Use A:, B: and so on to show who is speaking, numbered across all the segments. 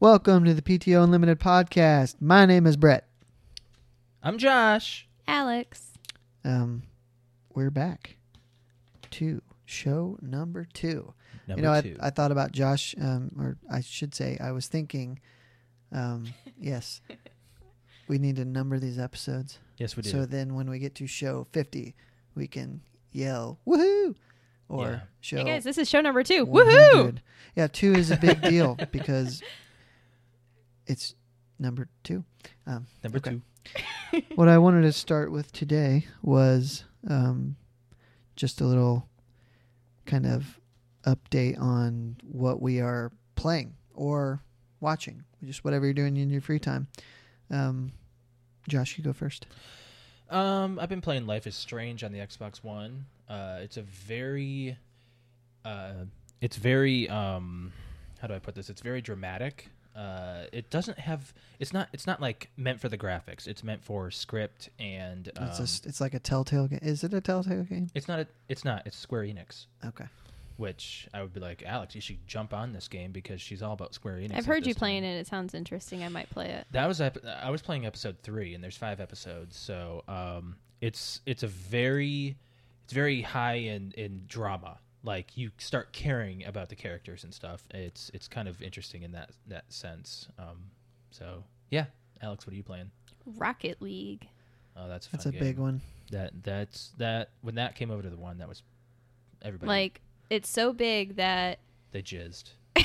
A: Welcome to the PTO Unlimited podcast. My name is Brett.
B: I'm Josh.
C: Alex.
A: Um, we're back to show number two.
B: Number
A: you know,
B: two.
A: I, I thought about Josh, um, or I should say, I was thinking, um, yes, we need to number these episodes.
B: yes, we do.
A: So then when we get to show 50, we can yell, woohoo! Or
B: Yeah.
A: show.
C: Hey guys, this is show number two.
A: 100.
C: Woohoo!
A: Yeah, two is a big deal because it's number two.
B: Number
A: okay.
B: two.
A: What I wanted to start with today was um, just a little kind of update on what we are playing or watching, just whatever you're doing in your free time. Um, Josh, you go first.
B: Um, I've been playing Life is Strange on the Xbox One. Uh, it's a very, uh, it's very um, how do I put this? It's very dramatic. Uh, it doesn't have. It's not. It's not like meant for the graphics. It's meant for script and. Um,
A: it's, a s it's like a Telltale game. Is it a Telltale game?
B: it's not. A, it's not. It's Square Enix,
A: Okay.
B: which I would be like, Alex, you should jump on this game because she's all about Square Enix.
C: I've heard you playing it. It sounds interesting. I might play it.
B: That was ep- I was playing episode three, and there's five episodes, so um, it's it's a very it's very high in in drama. Like you start caring about the characters and stuff. It's it's kind of interesting in that that sense. Um, so yeah, Alex, what are you playing?
C: Rocket League.
B: Oh, that's a fun
A: That's a big
B: game.
A: one.
B: That that's that when that came over to the one that was everybody
C: Like it's so big that
B: they jizzed.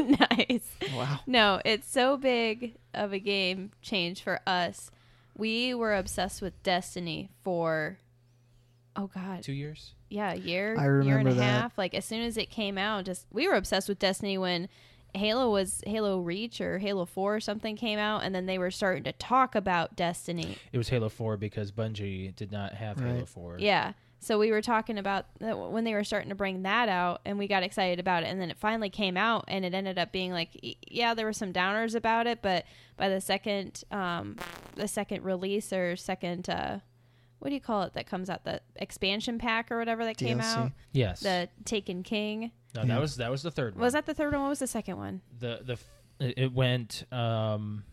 C: nice.
A: Wow.
C: No, it's so big of a game change for us. We were obsessed with Destiny for oh god,
B: Two years.
C: yeah, a year,
A: I
C: year and
A: remember
C: a
A: that.
C: half. Like as soon as it came out, just we were obsessed with Destiny when Halo was Halo Reach or Halo Four or something came out, and then they were starting to talk about Destiny.
B: It was Halo Four because Bungie did not have Halo
A: Right.
B: Four.
C: Yeah. So we were talking about that w- when they were starting to bring that out, and we got excited about it, and then it finally came out, and it ended up being like, y- yeah, there were some downers about it, but by the second, um, the second release or second, uh, what do you call it that comes out, the expansion pack or whatever that came
A: DLC.
C: out,
B: Yes.
C: the Taken King,
B: no,
A: Yeah.
B: that was that was the third one.
C: was that the third one? What was the second one?
B: the the f- it it went um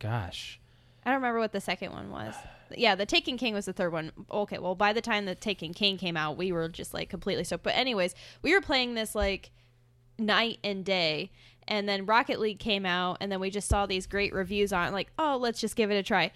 B: gosh
C: I don't remember what the second one was. Yeah, the Taken King was the third one. Okay, well, by the time the Taken King came out, we were just like completely soaked. But anyways, we were playing this like night and day, and then Rocket League came out, and then we just saw these great reviews on it, like, oh, let's just give it a try.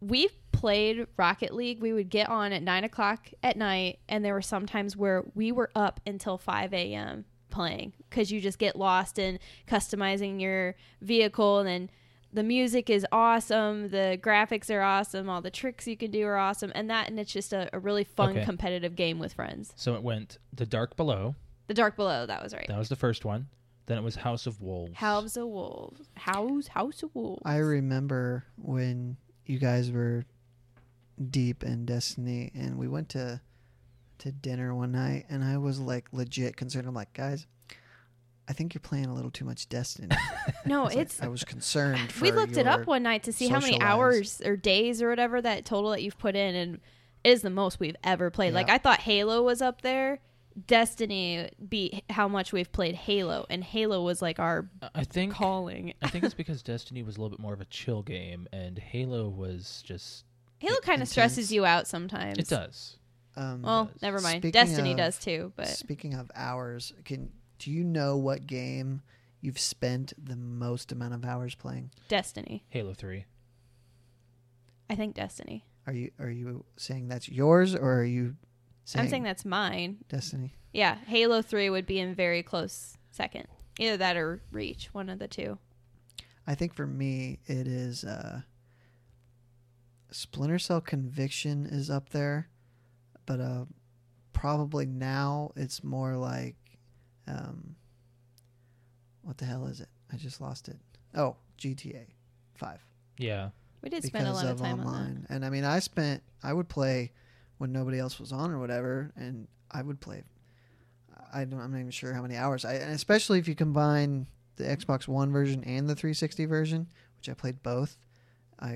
C: We played Rocket League. We would get on at nine o'clock at night, and there were some times where we were up until five a.m. playing because you just get lost in customizing your vehicle, and then the music is awesome, the graphics are awesome, all the tricks you can do are awesome, and that and it's just a, a really fun
B: Okay.
C: competitive game with friends.
B: so it went the dark below
C: The Dark Below, that was right.
B: that was the first one then it was house of wolves
C: House of Wolves. House House of Wolves.
A: I remember when you guys were deep in Destiny, and we went to to dinner one night, and I was like legit concerned. I'm like, guys, I think you're playing a little too much Destiny.
C: no,
A: It's like,
C: Oh, it's
A: I was concerned. For
C: we looked it
A: your-
C: up one night to see how many
A: social
C: hours or days or whatever that total that you've put in and it is the most we've ever played. Like
A: Yeah.
C: I thought Halo was up there. Destiny beat how much we've played Halo and Halo was like our
B: I- i think
C: calling.
B: i think it's because destiny was a little bit more of a chill game and halo was just
C: Halo kind of
A: intense.
C: stresses you out sometimes.
B: it does
A: Um,
C: Well,
B: does.
C: never mind.
A: Speaking
C: Destiny
A: of-
C: does too, but
A: speaking of hours, can do you know what game you've spent the most amount of hours playing?
C: Destiny.
B: halo 3
C: I think Destiny.
A: Are you are you saying that's yours, or are you saying,
C: I'm saying that's mine.
A: Destiny?
C: Yeah, Halo 3 would be in very close second. Either that or Reach, one of the two.
A: I think for me, it is uh, Splinter Cell Conviction is up there, but uh, probably now it's more like, um, what the hell is it? I just lost it. Oh, GTA Five
B: yeah
C: We did spend a lot of time on that.
A: And I mean, I spent I would play when nobody else was on or whatever, and I would play. I don't. I'm not even sure how many hours. I and especially if you combine the Xbox One version and the 360 version, which I played both. I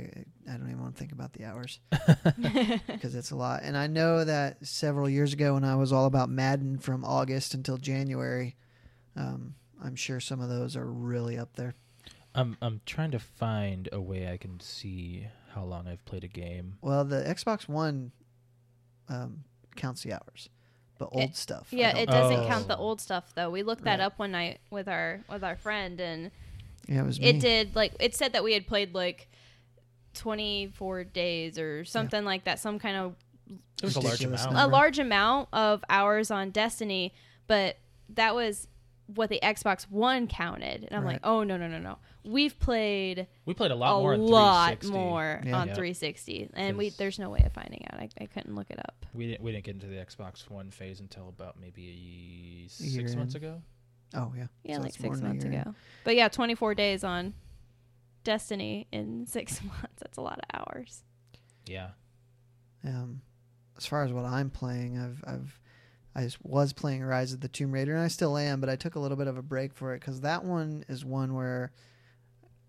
A: I don't even want to think about the hours because it's a lot. And I know that several years ago when I was all about Madden from August until January, um, I'm sure some of those are really up there.
B: I'm I'm trying to find a way I can see how long I've played a game.
A: Well, the Xbox One um, counts the hours, but old stuff. I
C: Yeah,
A: don't-
C: it doesn't
B: Oh.
C: count the old stuff though. We looked that
A: Right.
C: up one night with our with our friend, and
A: yeah, it was me.
C: it did like it said that we had played like twenty four days or something like that, some kind of
B: It was a large
A: Ridiculous
B: amount.
A: number.
C: a large amount of hours on Destiny, but that was what the Xbox One counted, and I'm like,
A: Right.
C: oh no no no no, we've played
B: We played a
C: a
B: lot more.
C: lot,
B: on
C: more
B: 360.
A: Yeah.
C: on
B: Yeah.
C: 360, and we
B: 'Cause-
C: there's no way of finding out. I, I couldn't look it up.
B: We didn't we didn't get into the Xbox One phase until about maybe
A: year
B: six
A: in.
B: months ago.
A: Oh yeah.
C: Yeah,
A: So
C: like
A: it's more
C: six
A: than a
C: months
A: year.
C: ago. But yeah, 24 days on Destiny in six months. That's a lot of hours.
B: Yeah.
A: Um, as far as what I'm playing, I've I've I s- was playing Rise of the Tomb Raider, and I still am, but I took a little bit of a break for it because that one is one where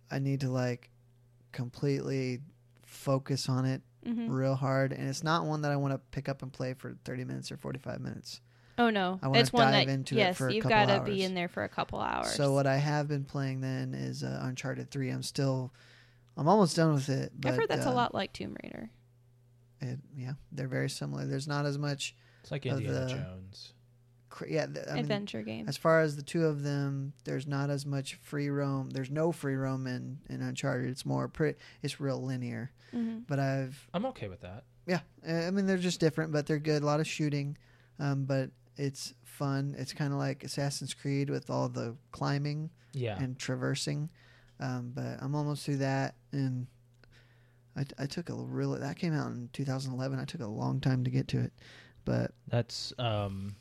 A: I need to like completely focus on it
C: hmm
A: real hard, and it's not one that I want to pick up and play for 30 minutes or 45 minutes.
C: Oh no,
A: I wanna
C: it's one
A: dive
C: that
A: into it
C: yes,
A: for a
C: you've
A: couple
C: got to
A: hours.
C: be in there for a couple hours.
A: So what I have been playing then is uh, Uncharted 3. I'm still I'm almost done with it. But,
C: I've heard that's a
A: uh,
C: lot like Tomb Raider.
A: It, yeah, they're very similar. There's not as much.
B: It's like
A: Of
B: Indiana
A: the-
B: Jones.
A: Cr- yeah, th- I mean,
C: Adventure game.
A: As far as the two of them, there's not as much free roam. There's no free roam in, in Uncharted. It's more pretty. It's real linear.
C: hmm
A: But I've
B: I'm okay with that.
A: yeah. I I mean they're just different, but they're good. A lot of shooting, um, but it's fun. It's kind of like Assassin's Creed with all the climbing
B: Yeah.
A: and traversing. Um, but I'm almost through that, and I, I took a really that came out in 2011. I took a long time to get to it, but
B: That's um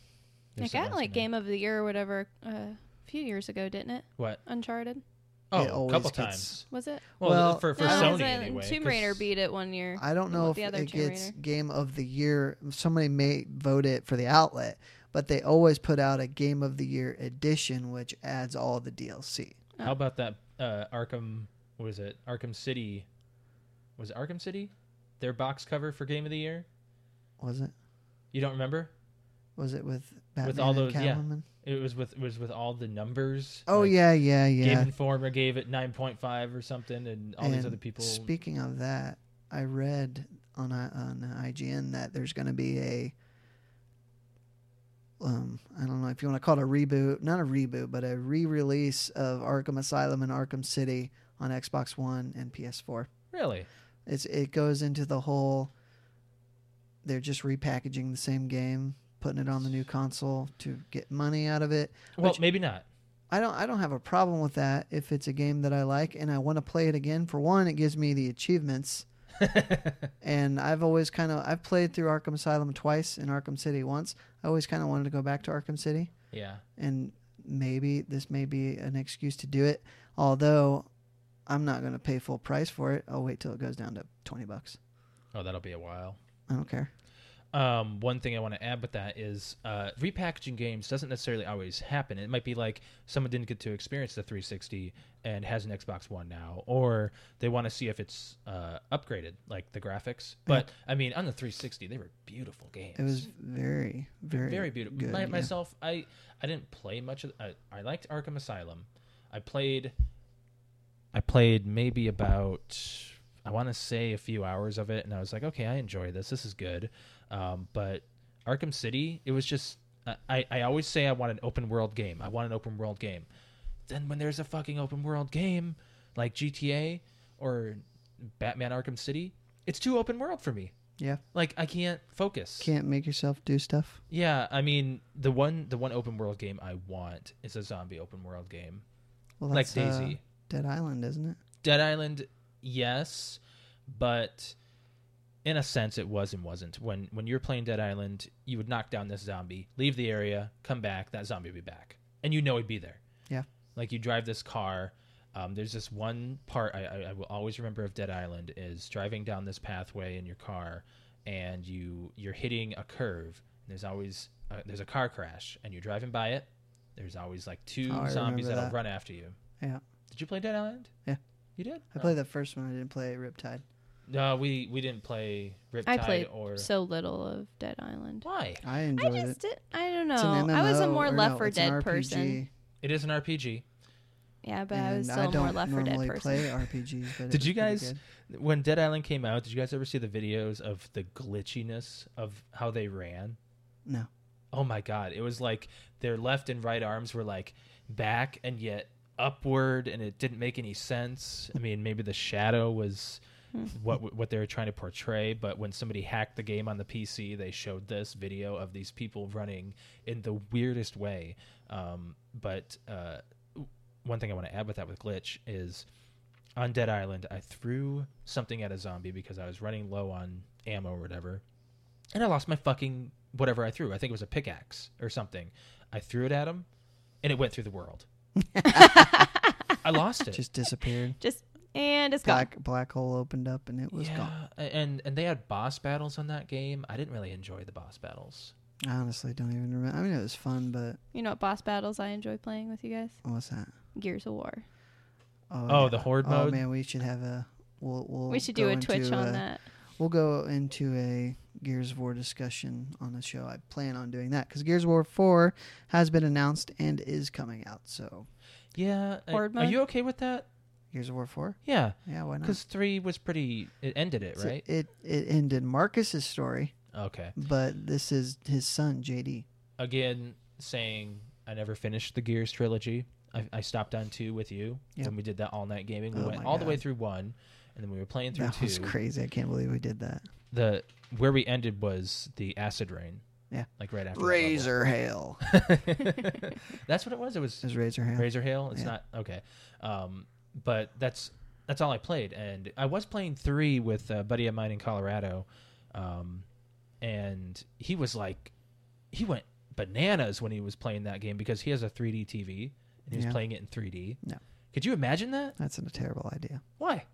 C: It
B: there's
C: got
B: something else
C: like
B: in there.
C: Game of the Year or whatever uh, a few years ago, didn't it?
B: What?
C: Uncharted
A: It
B: Oh, a
A: always
B: couple
A: gets-
B: times.
C: was it?
B: Well,
A: Well,
B: for for
A: No,
C: it
B: Sony
C: was a-
B: anyway.
C: Tomb Raider
B: 'cause-
C: beat it one year.
A: I don't
C: Well,
A: know if
C: the other
A: it
C: Tomb
A: gets
C: Raider.
A: Game of the Year. Somebody may vote it for the outlet, but they always put out a Game of the Year edition, which adds all the DLC.
B: How about that uh, Arkham? What is it? Arkham City. Was it Arkham City? Their box cover for Game of the Year.
A: Was it?
B: You don't remember?
A: Was it with Batman
B: all those-
A: and
B: yeah.
A: Catwoman?
B: It was with it was with all the numbers.
A: Oh
B: like,
A: yeah, yeah,
B: Game
A: yeah.
B: Informer gave it nine point five or something, and all these
A: And
B: other people.
A: Speaking of that, I read on I on IGN that there's going to be a um I don't know if you want to call it a reboot, not a reboot, but a re-release of Arkham Asylum and Arkham City on Xbox One and PS4.
B: really?
A: It's it goes into the whole. They're just repackaging the same game, putting it on the new console to get money out of it.
B: Well,
A: Which-
B: maybe not.
A: I don't I don't have a problem with that if it's a game that I like and I want to play it again. For one, it gives me the achievements, and I've always kind of I've played through Arkham Asylum twice and Arkham City once. I always kind of wanted to go back to Arkham City,
B: yeah.
A: and maybe this may be an excuse to do it. Although, I'm not going to pay full price for it. I'll wait till it goes down to twenty bucks.
B: Oh, that'll be a while.
A: I don't care.
B: Um, one thing I want to add with that is uh, repackaging games doesn't necessarily always happen. It might be like someone didn't get to experience the 360 and has an Xbox One now, or they want to see if it's uh, upgraded, like the graphics. But I mean, on the 360, they were beautiful games.
A: It was very, very,
B: very beautiful.
A: good,
B: My,
A: yeah.
B: Myself, I I didn't play much of. I, I liked Arkham Asylum. I played. I played maybe about I want to say a few hours of it, and I was like, okay, I enjoy this. This is good. Um, but Arkham City, it was just. I- I, I always say I want an open world game. I want an open world game. Then when there's a fucking open world game like GTA or Batman Arkham City, it's too open world for me.
A: Yeah,
B: Like I can't focus.
A: can't make yourself do stuff.
B: Yeah, I mean the one the one open world game I want is a zombie open world game
A: Well,
B: like
A: that's uh,
B: Daisy.
A: Dead Island, isn't it?
B: Dead Island, yes, but in a sense it was and wasn't. When when you're playing Dead Island, you would knock down this zombie, leave the area, come back, that zombie would be back, and you know he'd be there.
A: Yeah.
B: like you drive this car. Um, there's this one part I, I, I will always remember of Dead Island is driving down this pathway in your car, and you you're hitting a curve. And there's always uh, there's a car crash, and you're driving by it. There's always like two
A: Oh, I
B: zombies
A: remember
B: that'll
A: that.
B: run after you.
A: Yeah.
B: Did you play Dead Island?
A: Yeah.
B: You did.
A: I
B: Oh.
A: played the first one. I didn't play Riptide.
B: No, Uh, we we didn't play Riptide
C: I played
B: or
C: so little of Dead Island.
B: why.
A: I
C: I
A: enjoyed it.
C: just did. I don't
A: It's an
C: know. I was a
A: MMO,
C: more
A: or
C: Left
A: no,
C: for
A: it's an
C: Dead
A: RPG.
C: person.
B: It is an RPG.
C: Yeah, but I was
A: And
C: still a more
A: don't
C: Left 4 Dead
A: normally
C: person.
A: play RPGs. But it
B: Did
A: was pretty
B: you guys-
A: good.
B: When Dead Island came out, did you guys ever see the videos of the glitchiness of how they ran?
A: No.
B: Oh my god, it was like their left and right arms were like back and yet upward and it didn't make any sense. I mean, maybe the shadow was
C: Hmm.
B: what what they were trying to portray, but when somebody hacked the game on the PC, they showed this video of these people running in the weirdest way. Um, but uh, one thing I want to add with that with glitch is on Dead Island, I threw something at a zombie because I was running low on ammo or whatever, and I lost my fucking whatever I threw. I think it was a pickaxe or something. I threw it at him, and it went through the world. I lost it.
A: Just disappeared.
C: Just and it's gone.
A: Black black hole opened up and it was gone.
B: a- and and they had boss battles on that game. I didn't really enjoy the boss battles.
A: I honestly don't even remember. I mean, it was fun, but
C: You know what boss battles I enjoy playing with you guys?
A: what's that?
C: Gears of War.
B: Oh,
A: yeah.
B: the horde
A: oh,
B: mode?
A: man, we should have a. We'll, we'll
C: we should do
A: go
C: a Twitch
A: into
C: on
A: a-
C: that.
A: We'll go into a Gears of War discussion on the show. I plan on doing that because Gears of War Four has been announced and is coming out. So
B: Yeah, I-
C: Horde
B: are
C: mode?
B: you okay with that?
A: Gears of War Four,
B: Yeah,
A: yeah, why not?
B: because three was pretty. It ended it
A: So
B: right.
A: Uh-huh. It it ended Marcus's story,
B: Okay.
A: but this is his son JD.
B: Again, saying I never finished the Gears trilogy. I, I stopped on two with you
A: Yep.
B: when we did that all night gaming. We
A: Oh
B: went
A: my
B: all the way
A: God.
B: through one, and then we were playing through
A: That
B: two.
A: was crazy. I can't believe we did that.
B: The where we ended was the acid rain.
A: Yeah.
B: like right after the level.
A: Razor Hail.
B: That's what it was. It was
A: Is Razor Hail?
B: Razor Hail. It's
A: Yeah.
B: not okay, um, but that's that's all I played, and I was playing three with a buddy of mine in Colorado, um, and he was like, he went bananas when he was playing that game because he has a 3D TV and he was
A: Yeah.
B: playing it in 3D.
A: No.
B: could you imagine that?
A: That's a terrible idea.
B: Why?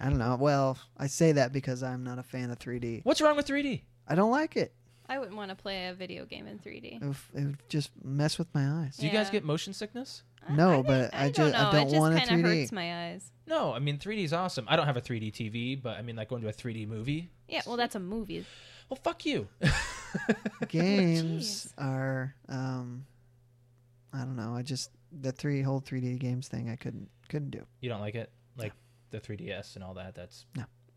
A: I don't know. Well, I say that because I'm not a fan of 3D.
B: What's wrong with 3D?
A: I don't like it.
C: I wouldn't want to play a video game in
A: It
C: 3D.
A: would, it would just mess with my eyes.
B: Do you guys
C: Yeah.
B: get motion sickness?
C: I-
A: No,
C: I think-
A: but I ju- I
C: know.
A: don't
C: it just
A: want a
C: kinda
A: 3D.
C: hurts my eyes.
B: No, I mean 3D is awesome. I don't have a 3D TV, but I mean like going to a 3D movie.
C: Yeah, well, that's a movie.
B: Well, fuck you.
A: Games are, um, I don't know. I just the three whole 3D games thing. I couldn't couldn't do.
B: You don't like it, like the 3DS and all that. That's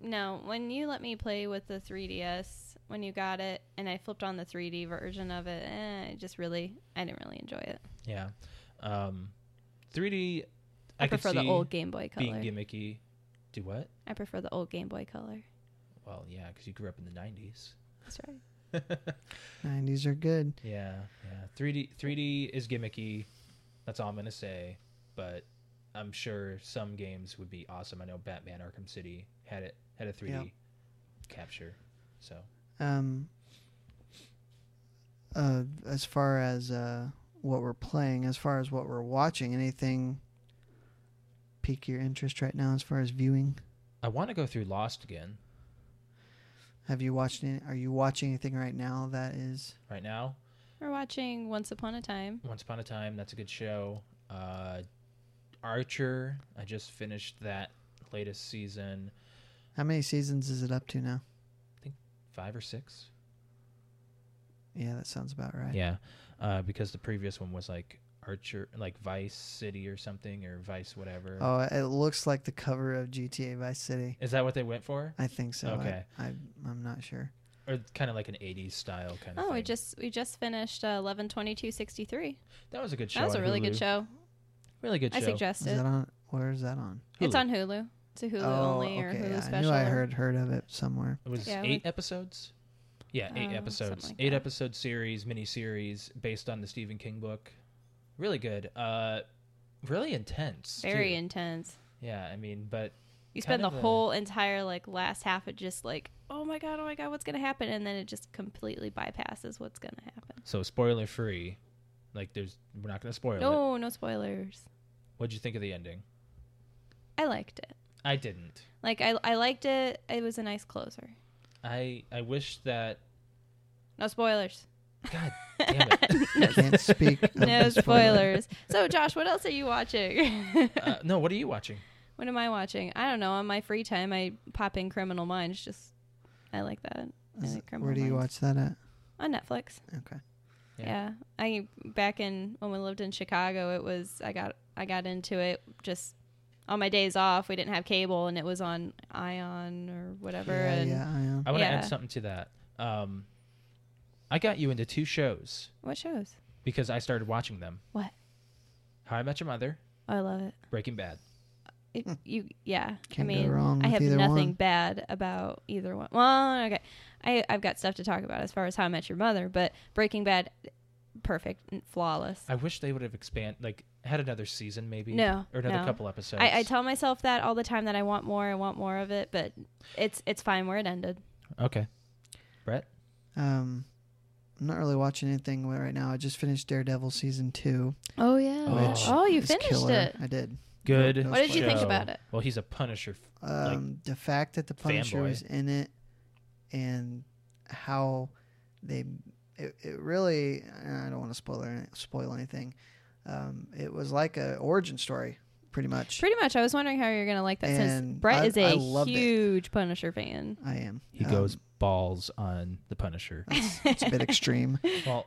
C: No, when you let me play with the 3DS when you got it, and I flipped on the 3D version of it, eh, I just really, I didn't really enjoy it.
B: Yeah. Um, 3D.
C: I,
B: I, could
C: prefer
B: see
C: the old Game Boy
B: being
C: color.
B: gimmicky. Do what?
C: I prefer the old Game Boy color.
B: Well, yeah, because you grew up in the 90s.
C: That's right.
A: 90s are good.
B: Yeah, yeah. 3D 3D is gimmicky. That's all I'm gonna say. But I'm sure some games would be awesome. I know Batman Arkham City had it had a 3D capture. So
A: Um, uh, as far as uh, what we're playing, as far as what we're watching, anything pique your interest right now? As far as viewing,
B: I want to go through Lost again
A: have you watched? Any, are you watching anything right now that is?
B: right now.
C: We're watching Once Upon a Time.
B: Once Upon a Time, that's a good show. Uh, Archer, I just finished that latest season,
A: How many seasons is it up to now?
B: five or six.
A: Yeah, that sounds about right.
B: Yeah, uh, because the previous one was like Archer, like Vice City or something, or Vice whatever.
A: Oh, it looks like the cover of GTA Vice City.
B: Is that what they went for?
A: I think so.
B: Okay.
A: I, I, I'm not sure.
B: Or kind of like an '80s style kind of.
C: Oh, we
B: thing.
C: just we just finished uh, eleven twenty two sixty three.
B: that was a good show.
C: That was a
B: on
C: really good
B: Hulu.
C: show.
B: Really good show.
C: I suggest
A: Is
C: it.
A: that on? Where is that on? Oh,
C: It's
B: Hulu.
C: on Hulu. It's a Hulu only or Hulu
A: yeah, I
C: special.
A: knew I
C: or-
A: heard heard of it somewhere.
B: It was
C: Yeah,
B: eight
C: like-
B: episodes. Yeah, eight
C: Oh,
B: episodes.
C: something like
B: eight
C: that.
B: episode series, mini series based on the Stephen King book. Really good. Uh, really intense.
C: Very
B: too.
C: intense.
B: Yeah, I mean, but
C: You
B: Kind
C: spend the
B: of a-
C: whole entire like last half of just like, oh my god, oh my god, what's gonna happen, and then it just completely bypasses what's gonna happen.
B: so spoiler free. Like, there's we're not gonna spoil it.
C: No, no spoilers.
B: What'd you think of the ending?
C: I liked it.
B: I didn't.
C: Like I, I liked it. It was a nice closer.
B: I I wish that
C: No spoilers.
B: God damn it.
A: Can't speak. of
C: No
A: the
C: spoilers. so Josh, what else are you watching?
B: Uh, no, what are you watching?
C: what am I watching? I don't know. On my free time, I pop in Criminal Minds. Just I like that
A: Is
C: I
A: it-
C: like Criminal
A: Where do you
C: Minds.
A: watch that at?
C: on Netflix.
A: Okay.
B: Yeah.
C: yeah. I back in when we lived in Chicago, it was I got I got into it just on my days off. We didn't have cable, and it was on Ion or whatever.
A: yeah,
C: and
A: yeah, I am.
B: I want to
C: Yeah.
B: add something to that. Um, I got you into two shows
C: what shows?
B: because I started watching them.
C: What?
B: How I Met Your Mother,
C: Oh, I love it.
B: Breaking Bad.
C: It- you yeah.
A: Hmm. Can't
C: I
A: go
C: mean,
A: wrong
C: I
A: with
C: have
A: either
C: nothing
A: one.
C: bad about either one. Well, okay, I I've got stuff to talk about as far as How I Met Your Mother, but Breaking Bad, perfect, and flawless.
B: I wish they would have expand like had another season maybe.
C: No,
B: Or another
C: no.
B: couple episodes.
C: I, I tell myself that all the time that I want more, I want more of it, but it's it's fine where it ended.
B: okay. Brett?
A: Um, I'm not really watching anything right now. I just finished Daredevil season two.
C: Oh yeah.
B: Oh.
C: Oh, you
A: It's
C: finished
A: killer.
C: it.
A: I did.
B: Good.
A: What
C: did you think
B: show.
C: about it?
B: Well, he's a Punisher. f- Like,
A: Um, the fact that the Punisher
B: fanboy.
A: was in it, and how they it, it really I don't want to spoil any- spoil anything. Um, it was like a origin story, pretty much.
C: Pretty much. I was wondering how you're gonna like that since
A: And
C: Brett
A: I-
C: is
A: I
C: a
A: loved it.
C: huge Punisher fan.
A: I am.
B: he
A: Um,
B: goes balls on the Punisher.
A: It's a bit extreme.
B: well,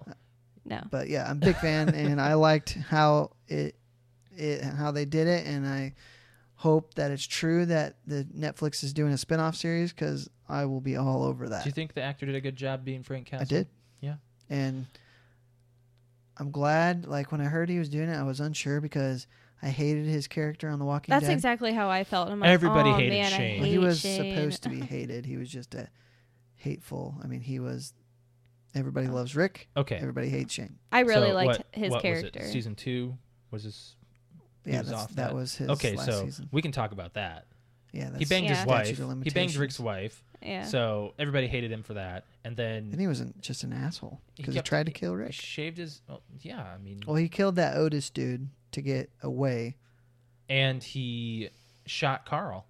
C: No.
A: but yeah, I'm a big fan, and I liked how it, it how they did it, and I hope that it's true that the Netflix is doing a spin-off series because I will be all over
B: do
A: that.
B: you think the actor did a good job being Frank Castle?
A: I did,
B: Yeah.
A: and I'm glad. Like when I heard he was doing it, I was unsure because I hated his character on The Walking
C: That's
A: Dead.
C: exactly how I felt. I'm like,
B: Everybody
C: "Aw,
B: hated
C: man, I
B: Shane."
A: Well, he
C: hate
A: was
C: Shane."
A: supposed to be hated. He was just a hateful. I mean, he was. Everybody loves Rick.
B: Okay.
A: Everybody hates Shane.
C: I really
B: So
C: liked
B: what-
C: his
B: what was it?
C: character.
B: Season two was his. he
A: Yeah,
B: was
A: that's,
B: off
A: that,
B: that.
A: was his
B: okay,
A: last
B: so
A: season.
B: we can talk about that.
A: Yeah, that's
B: he banged
C: Yeah.
B: his
A: statute
B: wife.
A: of
B: He banged
A: limitations.
B: Rick's wife.
C: yeah.
B: So everybody hated him for that. And then
A: And he wasn't just an asshole
B: He
A: because he
B: kept-
A: tried to kill
B: he
A: Rick.
B: shaved his. Well, yeah, I mean,
A: Well, he killed that Otis dude to get away.
B: and he shot Carl.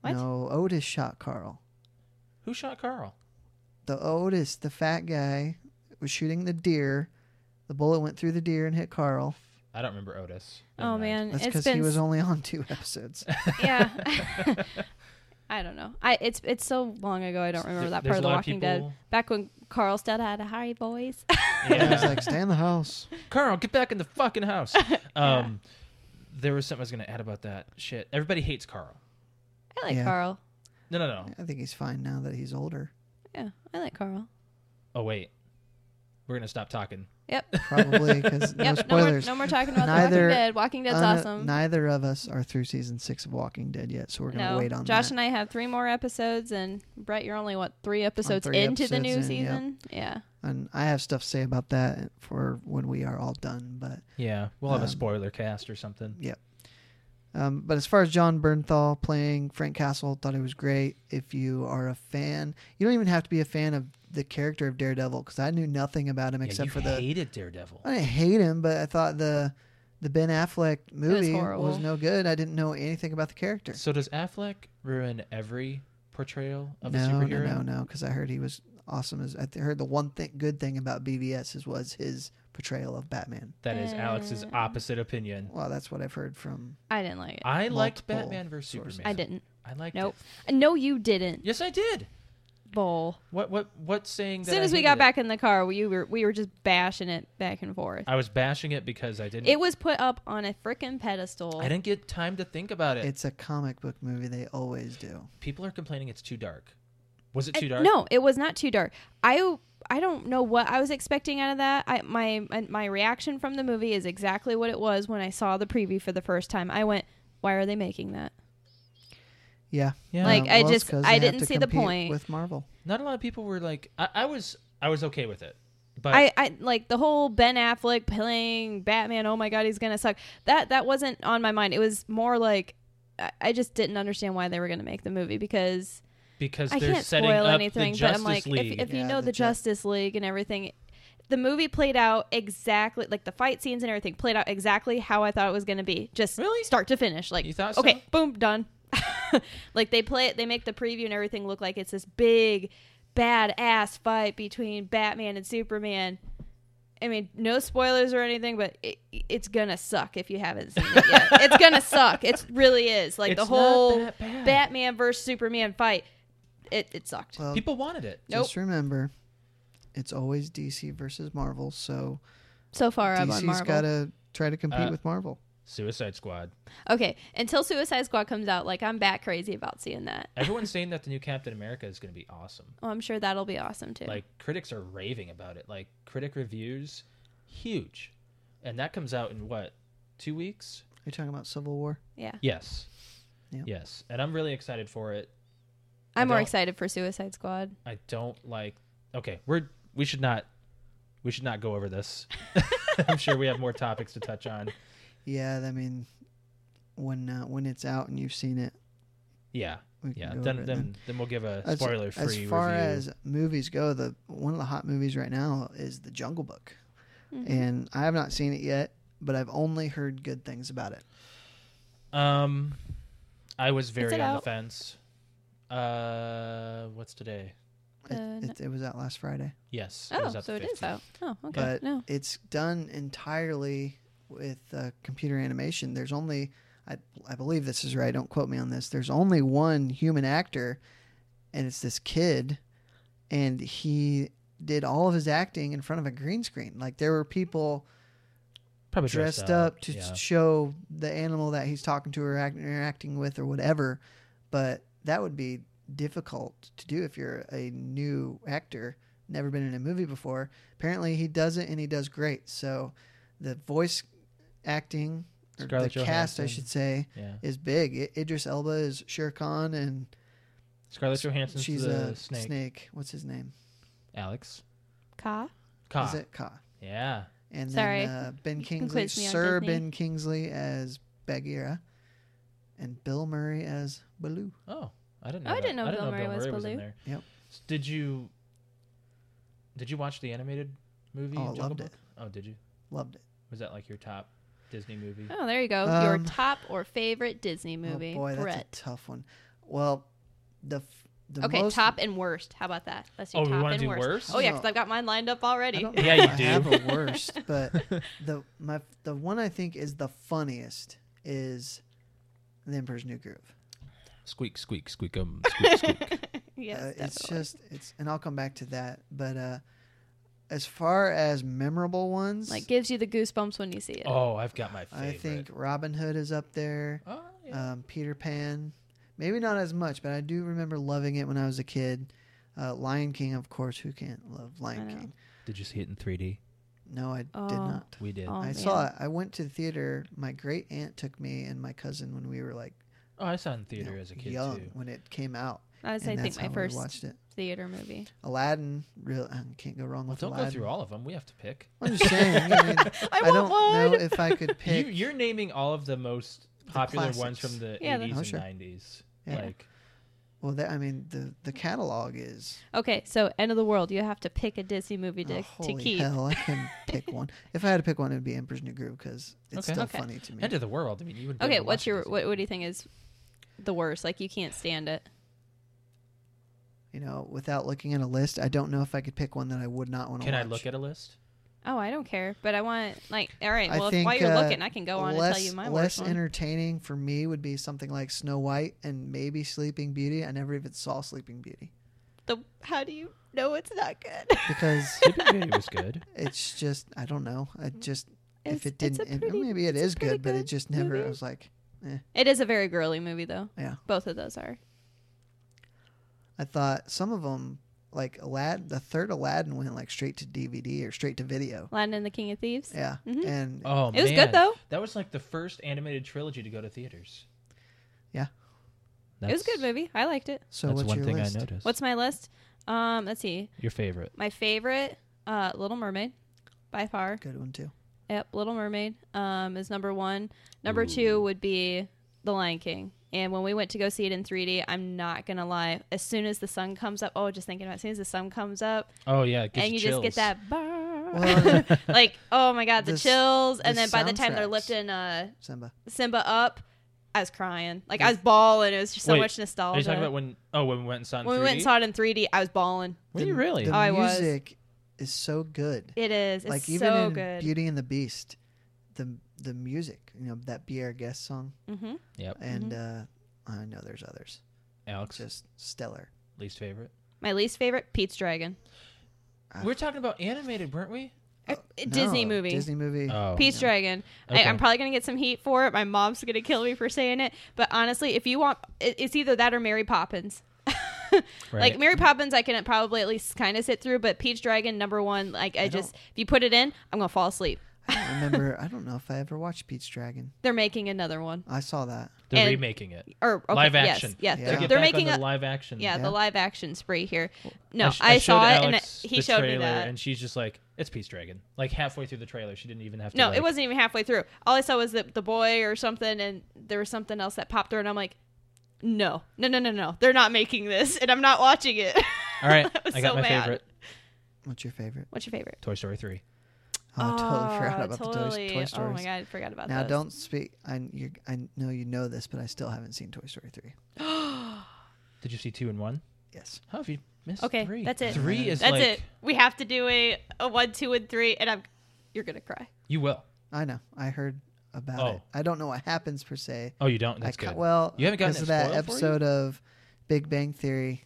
C: What?
A: No, Otis shot Carl.
B: Who shot Carl?
A: The Otis, the fat guy, was shooting the deer. The bullet went through the deer and hit Carl.
B: I don't remember Otis. Never
C: oh
B: mind.
C: man,
A: That's
C: it's
A: because
C: been
A: he was only on two episodes.
C: yeah. I don't know. I it's it's so long ago. I don't remember
B: There-
C: that
B: there's
C: part of
B: a
C: The
B: lot of
C: Walking Dead.
B: people-
C: Back when Carl still had a high voice.
A: I was
B: Yeah.
A: like, stay in the house.
B: Carl, get back in the fucking house. Um, there was something I was gonna add about that shit. Everybody hates Carl.
C: I like
A: Yeah.
C: Carl.
B: No, no, no.
A: I think he's fine now that he's older.
C: Yeah, I like Carl.
B: Oh wait, we're gonna stop talking.
C: Yep.
A: Probably because no
C: yep.
A: spoilers.
C: No more, no more talking about The
A: Neither-
C: Walking Dead. Walking Dead's
A: Uh,
C: awesome.
A: Neither of us are through season six of Walking Dead yet, so we're gonna
C: no,
A: wait on
C: Josh
A: that.
C: and I have three more episodes, and Brett, you're only what three episodes
A: three
C: into the
A: episodes
C: new
A: in, yeah.
C: season. Yeah.
A: And I have stuff to say about that for when we are all done, but.
B: Yeah, we'll have
A: Um,
B: a spoiler cast or something.
A: Um, but as far as John Bernthal playing Frank Castle, thought it was great. If you are a fan, you don't even have to be a fan of the character of Daredevil because I knew nothing about him
B: Yeah,
A: except
B: you
A: for the.
B: hated Daredevil.
A: I didn't hate him, but I thought the the Ben Affleck movie was,
C: horrible.
A: no good. I didn't know anything about the character.
B: So does Affleck ruin every portrayal of a
A: No, no,
B: superhero?
A: no, no, because I heard he was awesome. As I heard the one thing good thing about BVS is was his portrayal of Batman.
B: That is Alex's
C: Uh,
B: opposite opinion.
A: Well, that's what I've heard from.
C: I didn't like it.
B: I liked
A: multiple
B: Batman versus
A: sources.
B: Superman.
C: I didn't.
B: I liked
C: Nope.
B: it.
C: No, you didn't.
B: Yes, I did.
C: Bull.
B: What? What? What? Saying
C: As
B: that
C: soon
B: I
C: as we
B: hated
C: got
B: it?
C: back in the car, we were we were just bashing it back and forth.
B: I was bashing it because I didn't.
C: It was put up on a freaking pedestal.
B: I didn't get time to think about it.
A: It's a comic book movie. They always do.
B: People are complaining it's too dark. Was it
C: I-
B: too dark?
C: No, it was not too dark. I I don't know what I was expecting out of that. I my my- my reaction from the movie is exactly what it was when I saw the preview for the first time. I went, "Why are they making that?"
A: Yeah,
B: Yeah.
C: Like, I
A: it's
C: just-
A: 'cause
C: I
A: they have
C: didn't
A: to
C: see the
A: compete
C: point.
A: with Marvel.
B: Not a lot of people were like. I, I was. I was okay with it. But
C: I, I like the whole Ben Affleck playing Batman. Oh my god, he's gonna suck. That that wasn't on my mind. It was more like I, I just didn't understand why they were gonna make the movie because
B: because
C: I
B: they're
C: can't
B: setting
C: spoil
B: up
C: anything,
B: the
C: but
B: Justice
C: I'm like,
B: League.
C: if, if you
A: Yeah,
C: know the,
A: the Ju-
C: Justice League and everything, the movie played out exactly like the fight scenes and everything played out exactly how I thought it was going to be, just
B: Really?
C: start to finish. Like,
B: You thought
C: okay,
B: so?
C: boom, done. like they play it, they make the preview and everything look like it's this big, badass fight between Batman and Superman. I mean, no spoilers or anything, but it, it's gonna suck if you haven't seen it yet. it's gonna suck. It really is. Like
B: It's
C: the
B: not
C: whole
B: that bad.
C: Batman versus Superman fight. It, it sucked.
A: Well,
B: people wanted it.
C: Nope.
A: just remember, it's always DC versus Marvel. So
C: So far, I'm on
A: DC's
C: Marvel.
A: got to try to compete
B: Uh,
A: with Marvel.
B: Suicide Squad.
C: Okay, until Suicide Squad comes out, like I'm bat crazy about seeing that.
B: Everyone's saying that the new Captain America is going to be awesome.
C: Oh, I'm sure that'll be awesome too.
B: Like critics are raving about it. Like critic reviews, huge, and that comes out in what two weeks?
A: Are you talking about Civil War?
C: yeah,
B: Yes,
A: Yeah.
B: yes, and I'm really excited for it.
C: I'm more
B: don't-
C: excited for Suicide Squad.
B: I don't like. Okay, we're we should not we should not go over this. I'm sure we have more topics to touch on.
A: Yeah, I mean, when uh, when it's out and you've seen it,
B: Yeah,
A: we
B: yeah.
A: can go over
B: Then
A: it
B: then then we'll give a
A: As-
B: spoiler free
A: As
B: review.
A: far as movies go, the one of the hot movies right now is The Jungle Book,
C: Mhm.
A: and I have not seen it yet, but I've only heard good things about it.
B: um, I was very on
C: it out?
B: the fence. Uh, what's today?
A: It,
C: Uh, no.
A: it, it was out last Friday,
B: Yes.
C: Oh,
B: out
C: so
B: the
C: it is
B: 15th.
C: out. Oh, okay.
A: but
C: no,
A: it's done entirely with uh, computer animation. There's only, I, I believe this is right. Don't quote me on this. There's only one human actor, and it's this kid, and he did all of his acting in front of a green screen. Like there were people
B: Probably
A: dressed, up, to
B: yeah.
A: show the animal that he's talking to or act, interacting with or whatever. But that would be difficult to do if you're a new actor, never been in a movie before. Apparently, he does it and he does great. So the voice acting, or the
B: Scarlett
A: cast, I
B: Johansson.
A: should say,
B: Yeah.
A: is big. I- Idris Elba is Shere Khan, and
B: Scarlett Johansson's
A: she's
B: the
A: a
B: snake.
A: snake. What's his name?
B: Alex.
C: Ka.
B: Ka.
A: Is it Ka?
B: Yeah.
A: And
C: Sorry.
A: then uh, Ben
C: You can
A: Kingsley,
C: quiz me on
A: Sir
C: Disney.
A: Ben Kingsley as Bagheera, and Bill Murray as Baloo.
B: Oh, I didn't know.
C: Oh, I
B: that.
C: didn't know Bill Murray was
B: in
C: Baloo.
B: there.
A: Yep.
B: S- Did you Did you watch the animated movie?
A: Oh, I
B: Jungle
A: loved
B: Book? Oh, did you?
A: Loved it.
B: Was that like your top Disney movie?
C: Oh, there you go. Your
A: Um,
C: top or favorite Disney movie,
A: Oh boy, that's
C: Brett.
A: a tough one. Well, the f- the
C: okay,
A: most,
C: top and worst. How about that? Let's do
B: Oh, we
C: top
B: wanna
C: and
B: do
C: worst.
B: worst?
C: Oh yeah,
A: No.
C: because I've got mine lined up
A: I
C: already.
A: don't
B: Yeah,
A: know
B: you
A: if I
B: do.
A: have a worst,
C: Oh,
A: but the my the one I think is the funniest is The Emperor's New Groove. Uh,
B: Squeak, squeak, squeak, um, squeak, squeak.
C: yes,
A: uh, it's
C: definitely.
A: just it's, and I'll come back to that. But uh, as far as memorable ones,
C: like gives you the goosebumps when you see it.
B: oh, I've got my favorite.
A: I think Robin Hood is up there.
B: Oh, yeah.
A: um, Peter Pan. Maybe not as much, but I do remember loving it when I was a kid. Uh, Lion King, of course. Who can't love Lion
C: know.
A: King?
B: did you see it in 3D?
A: No, I
C: Oh.
A: did not.
B: We did.
C: Oh,
B: Oh,
A: I
C: man.
A: saw it. I went to the theater. My great aunt took me and my cousin when we were like
B: Oh, I saw it in
A: you
B: theater
A: know,
B: as a kid
A: young
B: too.
A: when it came out.
C: That was, I
A: and
C: think,
A: that's
C: my
A: how we
C: first
A: watched it.
C: theater movie.
A: Aladdin, real I can't go wrong
B: Well,
A: with
B: don't
A: Aladdin.
B: go through all of them. We have to pick.
A: I'm just saying. I, mean,
C: I,
A: I
C: want
A: don't
C: one.
A: know if I could pick.
B: You, you're naming all of the most popular ones
A: classics.
B: from the
C: Yeah, the-
B: 80s
A: Oh,
B: and
A: sure.
B: 90s.
A: Yeah.
B: Like,
A: well, that, I mean, the the catalog is
C: Okay, so end of the world. You have to pick a Disney movie to,
A: Oh,
C: to
A: holy
C: keep.
A: hell, I couldn't pick one. If I had to pick one, it would be Emperor's New Groove because it's
B: Okay.
A: still
C: Okay.
A: funny to me.
B: end of the world. I mean, you would.
C: Okay, what's your what, what do you think is the worst? Like you can't stand it.
A: you know, without looking at a list, I don't know if I could pick one that I would not want to
B: Can
A: watch.
B: I look at a list?
C: Oh, I don't care, but I want like all right.
A: I
C: Well, if,
A: think,
C: while you're
A: uh,
C: looking, I can go on and
A: less,
C: tell you my
A: less
C: worst one.
A: entertaining for me would be something like Snow White and maybe Sleeping Beauty. I never even saw Sleeping Beauty
C: the, how do you know it's not good?
A: because
B: Sleeping Beauty was good.
A: it's just I don't know. I just
C: It's-
A: if it
C: it's a
A: didn't, it-
C: pretty-
A: maybe it
C: it's a
A: is
C: pretty
A: good, but
C: good
A: it just never.
C: movie.
A: I was like,
C: It is a very girly movie, though.
A: yeah.
C: Both of those are.
A: I thought some of them, like Aladdin, the third Aladdin went like straight to DVD or straight to video.
C: Aladdin and the King of Thieves.
A: Yeah,
C: Mhm.
A: and
B: Oh,
C: It was good, though.
B: That was like the first animated trilogy to go to theaters.
A: Yeah.
C: it was a good movie. I liked it.
A: so
B: that's
A: what's
B: one
A: your
B: thing
A: list?
B: I noticed.
C: What's my list? Um, let's see.
B: your favorite?
C: My favorite, uh, Little Mermaid, by far.
A: Good one too.
C: Yep, Little Mermaid um, is number one. Number two
B: Ooh.
C: would be The Lion King. And when we went to go see it in 3D, I'm not gonna lie. As soon as the sun comes up, oh, just thinking about it, as soon as the sun comes up,
B: Oh yeah, it gives
C: and you
B: chills.
C: just get that, "Bah."
A: Well,
C: like, oh my god, the,
A: The s-
C: chills. And
A: the
C: then by the time they're
A: soundtracks.
C: lifting uh,
A: Simba.
C: Simba up, I was crying. Like I was bawling. It was just so
B: Wait,
C: much
B: Are
C: nostalgia.
B: you talking about when? Oh, when we went and saw it in
C: when we
B: 3D?
C: went and saw it in 3D, I was bawling.
B: Were
A: The-
B: you really?
A: The
C: Oh, I was.
A: music is so good.
C: It is. It's
A: like even
C: so
A: in
C: good.
A: Beauty and the Beast, the the music, you know, that Be Our Guest song,
C: hmm
B: yep.
A: and uh, I know there's others.
B: Alex,
A: Just stellar.
B: least favorite.
C: My least favorite, Pete's Dragon. Er,
A: Ah.
B: We're talking about animated, weren't we?
C: Disney
A: No,
C: movie.
A: Disney movie.
B: Oh.
C: Peace Dragon.
B: Okay.
C: I, I'm probably gonna get some heat for it. My mom's gonna kill me for saying it. But honestly, if you want, it, it's either that or Mary Poppins.
B: Right.
C: Like Mary Poppins, I can probably at least kind of sit through. But Peach Dragon, number one, like I,
A: I
C: just if you put it in, I'm gonna fall asleep.
A: I don't remember. I don't know if I ever watched Peach Dragon.
C: They're making another one
A: I saw that.
B: They're
C: and-
B: remaking it.
C: or okay,
B: live
C: yes,
B: action.
C: Yes,
A: Yeah.
B: To
C: they're,
B: get
C: they're
B: back on
C: making
B: the
C: a
B: live action.
C: yeah,
A: Yeah.
C: the live action spree here. No, I,
B: sh- I
C: saw it
B: showed
C: and
B: Alex
C: I- he
B: the
C: showed me
B: trailer,
C: that.
B: and she's just like, "It's Peace Dragon." Like halfway through the trailer, she didn't even have to.
C: No,
B: like,
C: it wasn't even halfway through. All I saw was the, the boy or something, and there was something else that popped through, and I'm like, no, no, no, no, no. They're not making this, and I'm not watching it.
B: All right,
C: I was
B: I got
C: so
B: my
C: mad.
B: favorite.
A: What's your favorite?
C: What's your favorite?
B: Toy Story three.
A: Oh, I totally
C: Oh,
A: forgot about
C: totally.
A: the Toy, Toy
C: Oh
A: Stories.
C: my god, I forgot about
A: now
C: those.
A: don't speak. I you I know you know this, but I still haven't seen Toy Story three.
B: Did you see two and one?
A: Yes.
B: How have you missed?
C: Okay,
B: three?
C: that's it.
B: Three is
C: That's
B: like
C: it. We have to do a, a one, two, and three, and I'm you're gonna cry.
B: you will.
A: I know. I heard about it.
B: Oh.
A: I don't know what happens per se.
B: Oh, you don't.
A: I
B: That's
A: ca-
B: good.
A: well,
B: You haven't gotten
A: 'cause
B: it
A: of that
B: spoiled for you?
A: episode of Big Bang Theory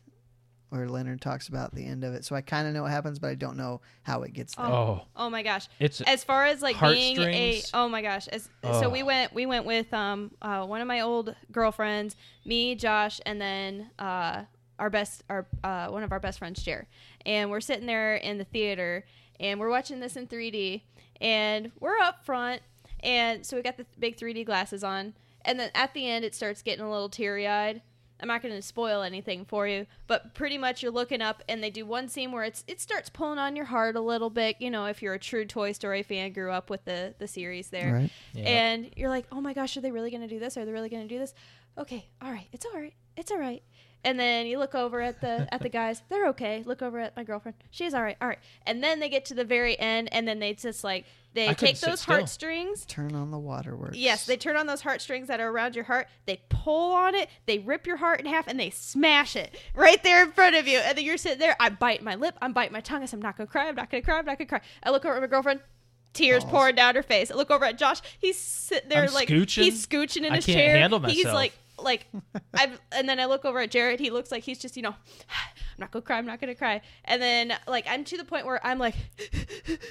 A: where Leonard talks about the end of it. So I kind of know what happens, but I don't know how it gets there.
B: oh,
C: Oh my gosh.
B: it's
C: as far as like being a
B: Heartstrings.
C: oh my gosh as,
B: Oh.
C: so we went we went with um uh, one of my old girlfriends me josh and then uh our best our uh, one of our best friends Jer, and we're sitting there in the theater and we're watching this in 3d and we're up front and so we got the big 3d glasses on and then at the end it starts getting a little teary-eyed I'm not going to spoil anything for you, but pretty much you're looking up and they do one scene where it's it starts pulling on your heart a little bit, you know, if you're a true Toy Story fan, grew up with the the series there.
A: Right.
B: Yep.
C: And you're like, "Oh my gosh, are they really going to do this? Are they really going to do this?" Okay, all right. It's all right. It's all right. And then you look over at the at the guys. They're okay. Look over at my girlfriend. She's all right. All right. And then they get to the very end and then they just like they
B: I couldn't
C: take
B: sit
C: those
B: still.
C: heartstrings
A: Turn on the waterworks.
C: Yes, they turn on those heartstrings that are around your heart. They pull on it. They rip your heart in half and they smash it right there in front of you. And then you're sitting there. I bite my lip. I'm biting my tongue. I said, I'm not going to cry. I'm not going to cry. I'm not going to cry. I look over at my girlfriend. Tears
A: Balls.
C: pouring down her face. I look over at Josh. He's sitting there
B: I'm
C: like
B: scooching.
C: he's scooching in
B: I
C: his
B: can't
C: chair.
B: handle
C: He's
B: myself.
C: like like I and then I look over at Jared. He looks like he's just you know, I'm not gonna cry. I'm not gonna cry. And then like I'm to the point where I'm like,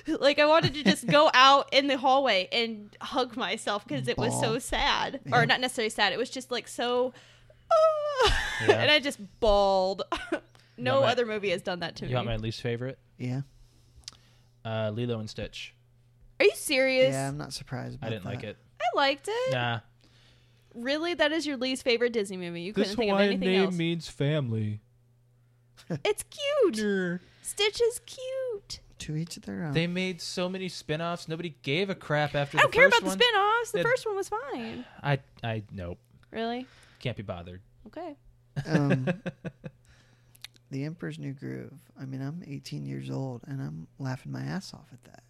C: like I wanted to just go out in the hallway and hug myself because it was so
A: Bawl.
C: sad,
A: Yeah.
C: or not necessarily sad. It was just like so, "Ah,"
B: Yeah.
C: and I just bawled. no
B: want my-
C: other movie has done that to
B: you want
C: me.
B: my least favorite?
A: Yeah.
B: Uh, Lilo and Stitch.
C: Are you serious?
A: Yeah, I'm not surprised. About
B: I didn't
A: that.
B: like it.
C: I liked it.
B: Nah.
C: Really, that is your least favorite Disney movie. You couldn't think of anything else.
B: means family.
C: it's cute. Stitch is cute.
A: To each their own.
B: They made so many spin-offs. Nobody gave a crap after
C: I don't
B: the
C: care
B: first
C: about the
B: one.
C: spin-offs. The
B: That-
C: first one was fine.
B: I I nope.
C: Really?
B: Can't be bothered.
C: Okay.
A: um, the Emperor's New Groove. I mean, I'm 18 years old and I'm laughing my ass off at that.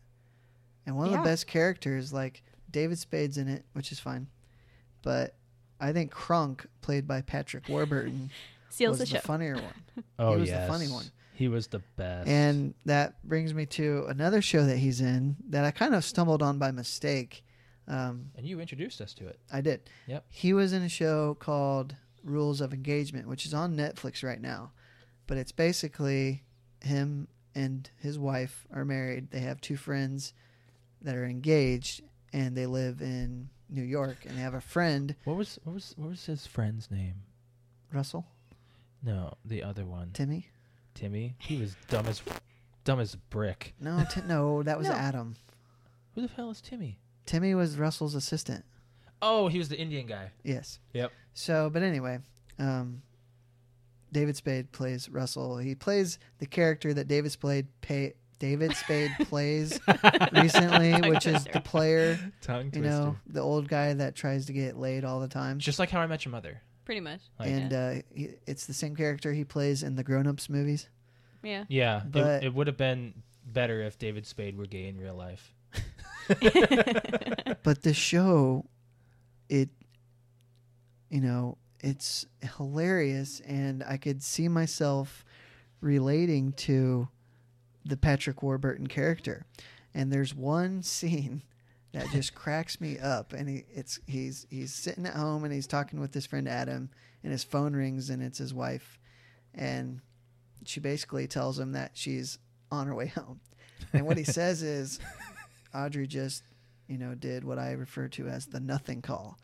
A: And one of
C: Yeah.
A: the best characters, like David Spade's in it, which is fine, but I think Kronk, played by Patrick Warburton, was
C: Seals the
A: the
C: show.
A: funnier one.
B: Oh
A: was the
B: yes.
A: funny one.
B: He was the best.
A: And that brings me to another show that he's in that I kind of stumbled on by mistake. Um,
B: and you introduced us to it.
A: I did.
B: Yep.
A: He was in a show called Rules of Engagement, which is on Netflix right now. But it's basically him and his wife are married. They have two friends that are engaged and they live in New York and they have a friend,
B: What was what was what was his friend's name?
A: Russell,
B: No, the other one.
A: Timmy.
B: Timmy. He was dumb as dumb as a brick.
A: No, t- no, that was
C: No.
A: Adam.
B: Who the hell is Timmy?
A: Timmy was Russell's assistant.
B: Oh, he was the Indian guy.
A: Yes.
B: Yep.
A: So, but anyway, um, David Spade plays Russell. He plays the character that David Spade pay, David Spade plays recently, which is the player,
B: Tongue
A: you
B: twister.
A: know, the old guy that tries to get laid all the time.
B: Just like how I met your mother.
C: Pretty much.
B: Like,
A: and uh, he, it's the same character he plays in the Grown Ups movies.
C: Yeah.
B: yeah, it-
A: but-
B: it, would have been better if David Spade were gay in real life.
A: But the show, it, you know, it's hilarious, and I could see myself relating to the Patrick Warburton character. And there's one scene that just cracks me up. And he, it's he's he's sitting at home and he's talking with his friend Adam, and his phone rings and it's his wife, and she basically tells him that she's on her way home. And what he says is, Audrey just, you know, did what I refer to as the nothing call,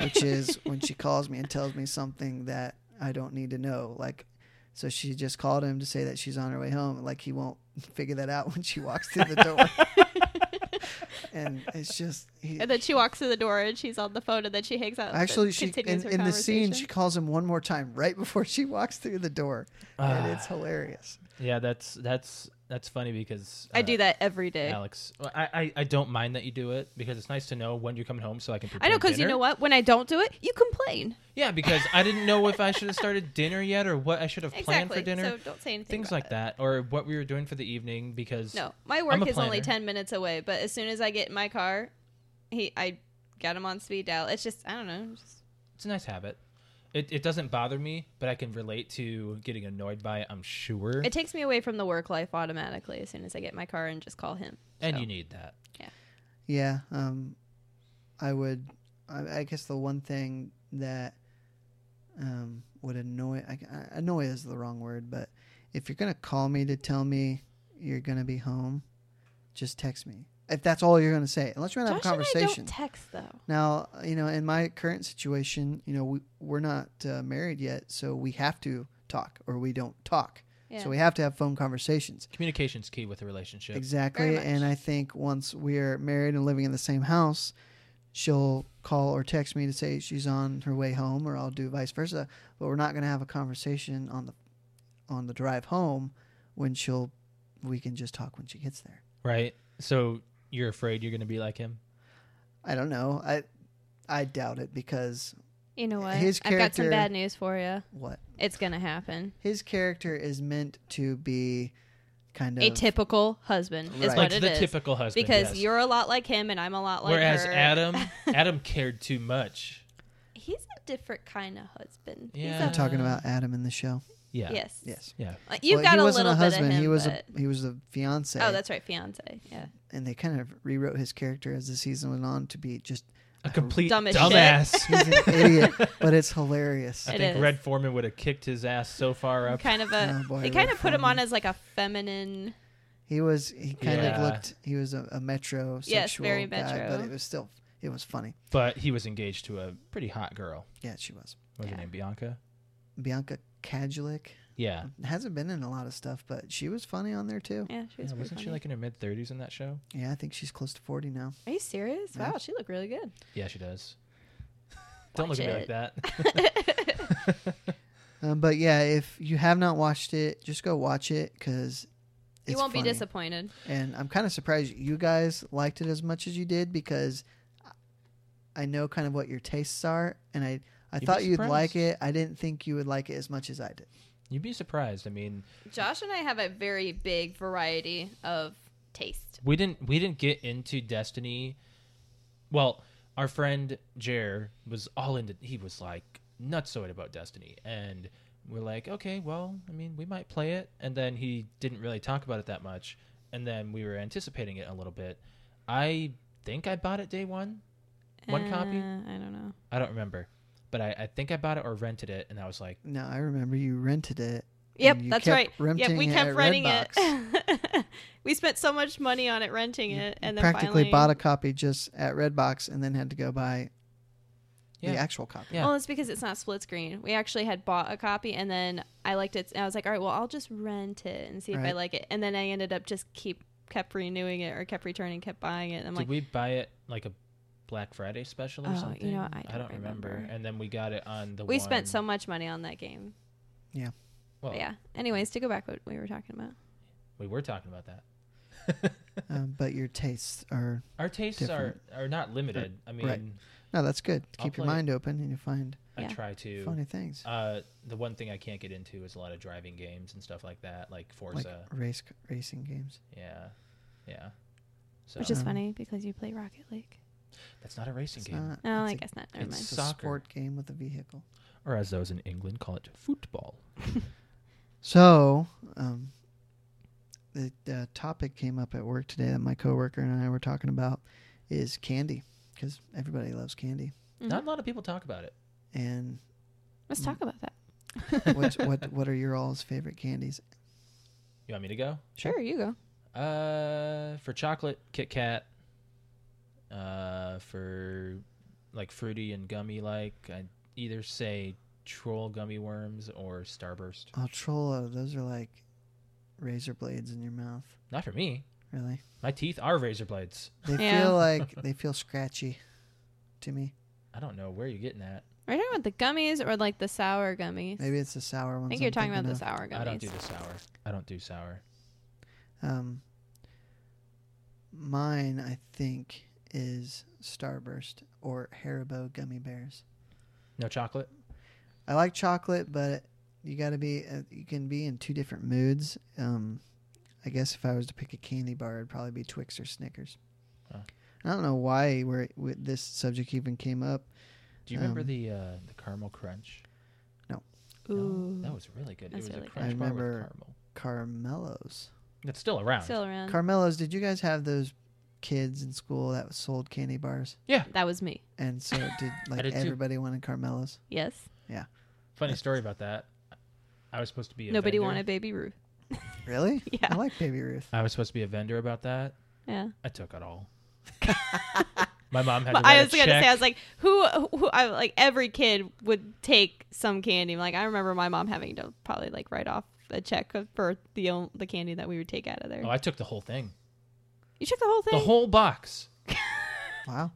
A: which is when she calls me and tells me something that I don't need to know. Like, so she just called him to say that she's on her way home. Like, he won't figure that out when she walks through the door. and it's just, he,
C: And then she walks through the door and she's on the phone and then she hangs out. and
A: actually, she,
C: continues
A: in,
C: her
A: in the scene,
C: conversation.
A: she calls him one more time right before she walks through the door. and
B: Ah.
A: it's hilarious.
B: Yeah, that's that's that's funny because uh,
C: I do that every day.
B: Alex. Well, I, I I don't mind that you do it because it's nice to know when you're coming home so I can prepare.
C: I know because you
B: dinner.
C: know what? When I don't do it, you complain.
B: Yeah, because I didn't know if I should have started dinner yet or what I should have planned
C: Exactly.
B: for dinner.
C: So don't say anything.
B: Things
C: about
B: like
C: it.
B: that, or what we were doing for the evening, because
C: No, my
B: I'm a
C: work is only
B: planner.
C: ten minutes away. But as soon as I get in my car, he I got him on speed dial. It's just I don't know. Just,
B: it's a nice habit. It, it doesn't bother me, but I can relate to getting annoyed by it. I'm sure,
C: it takes me away from the work life automatically as soon as I get in my car and just call him.
B: and
C: so.
B: you need that.
A: Yeah, um, I would. I, I guess the one thing that um, would annoy I, I- annoy is the wrong word, but if you're gonna call me to tell me you're gonna be home, just text me. If that's all you're gonna say, unless you're gonna
C: Josh
A: have a
C: and I
A: conversation.
C: don't text though.
A: now, you know, in my current situation, you know, we, we're not uh, married yet, so we have to talk or we don't talk.
C: Yeah.
A: So we have to have phone conversations.
B: Communication's key with a relationship.
A: Exactly.
C: Very much.
A: And I think once we're married and living in the same house, she'll call or text me to say she's on her way home or I'll do vice versa. But we're not gonna have a conversation on the on the drive home when she'll we can just talk when she gets there.
B: Right. So you're afraid you're going to be like him.
A: I don't know. I I doubt it because
C: you know what?
A: his
C: I've got some
A: character-
C: bad news for you.
A: what?
C: It's gonna happen.
A: His character is meant to be kind of
C: A typical husband
A: Right.
C: is what
B: Like
C: it
B: the
C: is.
B: typical husband.
C: because
B: yes.
C: you're a lot like him and I'm a lot like
B: Whereas
C: her.
B: Adam, Adam cared too much.
C: he's a different kind of husband.
B: Yeah.
A: I'm
C: He's a,
A: talking about Adam in the show.
B: Yeah.
C: yes,
A: Yes.
B: Yeah.
C: Like, You've
A: Well,
C: got
A: he
C: a
A: wasn't
C: little
A: a husband,
C: bit of him.
A: he was
C: but-
A: a he was a fiance.
C: oh, that's right, fiance. Yeah,
A: and they kind of rewrote his character as the season went on to be just
B: A complete
C: Dumb as shit.
B: dumbass.
A: he's an idiot, but it's hilarious.
B: I
C: It
B: think
C: is.
B: Red Foreman would have kicked his ass so far up.
C: kind of a.
A: Oh, boy,
C: uh, they kind
A: Red
C: of put him on
A: Foreman.
C: as like a feminine.
A: He was he kind
B: Yeah.
A: of looked he was a, a metro
C: Yes,
A: sexual
C: very
A: guy, but
C: metro.
A: it was still it was funny.
B: But he was engaged to a pretty hot girl.
A: Yeah, she was
B: What was her
C: Yeah.
B: name? Bianca?
A: Bianca Kajulik.
B: Yeah.
A: Hasn't been in a lot of stuff, but she was funny on there too.
C: Yeah, she
B: Yeah,
C: was. pretty
B: wasn't she
C: funny.
B: like in her mid 30s in that show?
A: Yeah, I think she's close to forty now.
C: Are you serious?
A: Yeah.
C: Wow, she looked really good.
B: Yeah, she does. Don't
C: Watch
B: look at me
C: it.
B: like that.
A: Um, but yeah, if you have not watched it, just go watch it because
C: You won't be disappointed.
A: and I'm kind of surprised you guys liked it as much as you did because I know kind of what your tastes are, and I I
B: You'd be
A: thought you'd like
B: surprised.
A: it. I didn't think you would like it as much as I did.
B: You'd be surprised. I mean,
C: Josh and I have a very big variety of taste.
B: we didn't we didn't get into Destiny. Well, our friend Jer was all into. He was like nutsoid about Destiny, and we're like, okay, well, I mean, we might play it. And then he didn't really talk about it that much. And then we were anticipating it a little bit. I think I bought it day one. One copy?
C: Uh, I don't know.
B: I don't remember, but I, I think I bought it or rented it, and I was like,
A: No, I remember you rented it.
C: Yep,
A: and you
C: that's
A: kept
C: right. Yep,
A: renting
C: we
A: it
C: kept
A: at
C: renting
A: Redbox.
C: it. we spent so much money on it renting it, and then
A: Practically
C: finally,
A: bought a copy just at Redbox, and then had to go buy
B: Yeah.
A: the actual copy.
B: Yeah.
C: Well, it's because it's not split screen. We actually had bought a copy, and then I liked it. And I was like, all right, well, I'll just rent it and see if I
A: Right.
C: like it. And then I ended up just keep kept renewing it or kept returning, kept buying it. And I'm
B: did
C: like,
B: we buy it like a Black Friday special or
C: Oh, you know
B: something?
C: what? I don't remember.
B: And then we got it on the.
C: we spent
B: one-
C: so much money on that game.
B: Well,
C: But yeah. Anyways, to go back what we were talking about.
B: we were talking about that.
A: Um, but your tastes are
B: Our tastes
A: Different.
B: are are not limited. I mean,
A: Right. no, that's good.
B: I'll
A: Keep your
B: play it.
A: mind open, and you find
B: I
C: Yeah.
B: try to.
A: funny things
B: Uh, the one thing I can't get into is a lot of driving games and stuff like that, like Forza.
A: like race racing games.
B: yeah, yeah. So
C: Which is
A: Um,
C: funny because you play Rocket League.
B: that's not a racing
A: It's
B: game,
A: not.
C: No, Oh, I
A: it's a-
C: guess not. Never
B: it's
C: mind.
A: it's a
B: Soccer.
A: sport game with a vehicle.
B: or as those in England call it, football.
A: So, um, the, the topic came up at work today that my coworker and I were talking about is candy because everybody loves candy,
C: Mhm.
B: Not a lot of people talk about it.
A: and
C: Let's talk about that.
A: what's, what what are your all's favorite candies?
B: You want me to go?
C: Sure, you go.
B: Uh, for chocolate, Kit Kat. Uh, for like fruity and gummy, like I either say troll gummy worms or Starburst.
A: Oh, Trollo, those are like razor blades in your mouth.
B: Not for me.
A: Really,
B: My teeth are razor blades.
A: they
C: Yeah.
A: feel like they feel scratchy to me.
B: I don't know where you're getting that.
C: Are you talking about the gummies or like the sour gummies?
A: Maybe it's the sour ones.
C: I think you're
A: I'm
C: talking about
A: thinking
C: the
A: of.
C: sour gummies.
B: I don't do the sour. I don't do sour.
A: Um, mine, I think, is Starburst or Haribo gummy bears.
B: No chocolate.
A: I like chocolate, but you got to be uh, you can be in two different moods. Um, I guess if I was to pick a candy bar, it'd probably be Twix or Snickers.
B: Huh.
A: I don't know why where where this subject even came up.
B: Do you remember
A: Um,
B: the uh, the caramel crunch?
C: Ooh.
B: No, that was really good. It
C: That's
B: was
C: really
B: a
C: good.
B: crunch
A: I
B: bar with
A: remember-
B: caramel.
A: Carmelos.
B: That's still around.
C: Still around.
A: Carmelos, did you guys have those kids in school that sold candy bars?
C: that was me.
A: And so did like
B: did too.
A: everybody wanted Carmelos?
C: Yes.
B: Funny story about that. I was supposed to be a
C: Nobody
B: vendor.
C: wanted Baby Ruth.
A: Really? I
C: Yeah.
A: like Baby Ruth.
B: I was supposed to be a vendor about that.
C: Yeah.
B: I took it all. My mom had. To
C: But
B: write
C: I
B: a
C: was gonna
B: check.
C: say, I was like, who, who, I like every kid would take some candy. Like I remember my mom having to probably like write off a check for the on- the candy that we would take out of there.
B: Oh, I took the whole thing.
C: you took the whole thing.
B: The whole box.
A: Wow.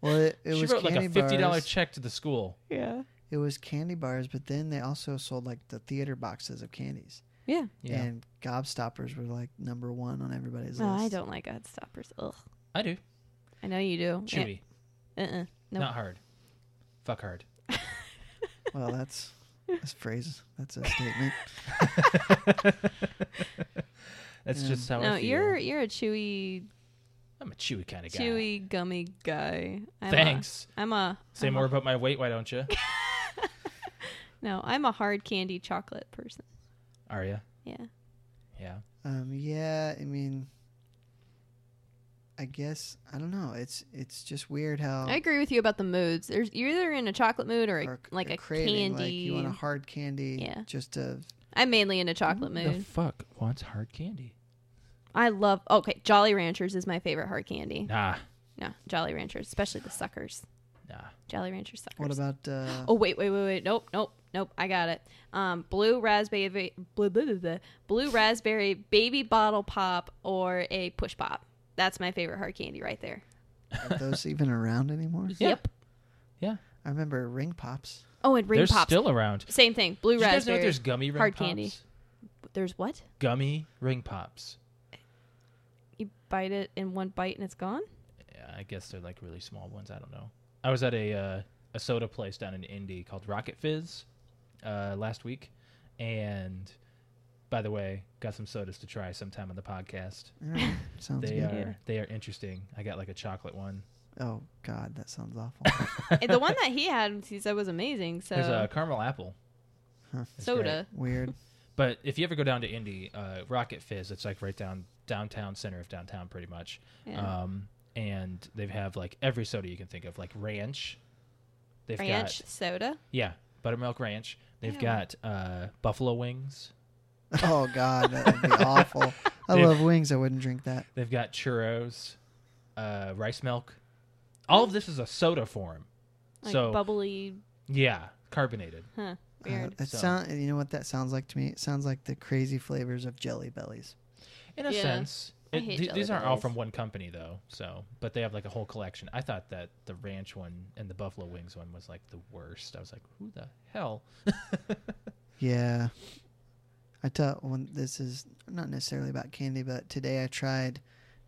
A: Well, it, it
B: she
A: was
B: wrote like
A: candy
B: a fifty dollar
A: bars.
B: check to the school.
C: yeah.
A: it was candy bars, but then they also sold like the theater boxes of candies.
C: Yeah.
B: Yeah,
A: And gobstoppers were like number one on everybody's
C: No,
A: list.
C: Oh, I don't like Godstoppers. Ugh.
B: I do.
C: I know you do. Yeah.
B: Chewy,
C: Uh-uh. Nope.
B: not hard. Fuck hard.
A: Well, that's that's phrase. That's a statement.
B: That's
A: Yeah.
B: just how
C: Um, No,
B: I feel.
C: you're you're a chewy,
B: I'm a chewy kind of guy.
C: chewy gummy guy. I'm
B: Thanks.
C: A, I'm a
B: Say
C: I'm
B: more
C: A,
B: about my weight, why don't you?
C: no, I'm a hard candy chocolate person.
B: Are you?
C: Yeah.
B: Yeah.
A: um, yeah, I mean, I guess I don't know. It's it's just weird how
C: I agree with you about the moods. There's you're either in a chocolate mood or, a-
A: Oh. or-
C: like
A: or
C: a
A: craving,
C: candy.
A: Like you want a hard candy.
C: Yeah.
A: Just to
C: I'm mainly in a chocolate
B: The
C: mood.
B: fuck wants hard candy?
C: I love okay, Jolly Ranchers is my favorite hard candy.
B: Nah,
C: No, Jolly Ranchers, especially the suckers.
B: nah.
C: Jolly Rancher suckers.
A: what about uh,
C: Oh wait, wait, wait, wait. Nope, nope, nope. I got it. Um, blue raspberry, blue, blue, blue, blue, blue raspberry baby bottle pop or a push pop. That's my favorite hard candy right there.
A: are those even around anymore?
B: Yeah.
C: Yep.
A: I remember ring pops.
C: Oh, and ring
B: They're
C: pops.
B: still around.
C: Same thing. Blue
B: Did you guys know
C: raspberry.
B: that there's gummy ring
C: hard
B: pops?
C: candy. there's what?
B: Gummy ring pops.
C: You bite it in one bite and it's gone.
B: Yeah, I guess they're like really small ones. I don't know. I was at a uh, a soda place down in Indy called Rocket Fizz uh, last week, and by the way, got some sodas to try sometime on the podcast.
A: Alright, sounds
B: they uh,
A: good.
B: are
C: Yeah.
B: they are interesting. I got like a chocolate one.
A: Oh God, that sounds awful.
C: And the one that he had, he said was amazing. So
B: There's a caramel apple
A: Huh.
B: It's great.
C: soda.
A: Weird.
B: But if you ever go down to Indy, uh, Rocket Fizz, it's like right down downtown center of downtown, pretty much.
C: Yeah.
B: Um, and they have like every soda you can think of, like ranch. They've
C: Ranch
B: got
C: soda.
B: yeah, buttermilk ranch. They've
C: Ew.
B: got uh, buffalo wings.
A: Oh God, that would be awful. I
B: Dude.
A: love wings. I wouldn't drink that.
B: They've got churros, uh, rice milk. All of this is a soda form.
C: Like
B: so
C: bubbly.
B: yeah, carbonated.
C: Huh.
A: Uh,
C: Weird.
A: that
B: So-
A: sound. You know what that sounds like to me? It sounds like the crazy flavors of Jelly Bellies.
B: In a
C: Yeah.
B: sense,
C: I
B: it,
C: hate
B: th-
C: Jelly
B: these aren't all
C: Bellies.
B: from one company though. So, but they have like a whole collection. I thought that the ranch one and the buffalo wings one was like the worst. I was like, who the hell?
A: Yeah. I tell when this is not necessarily about candy, but today I tried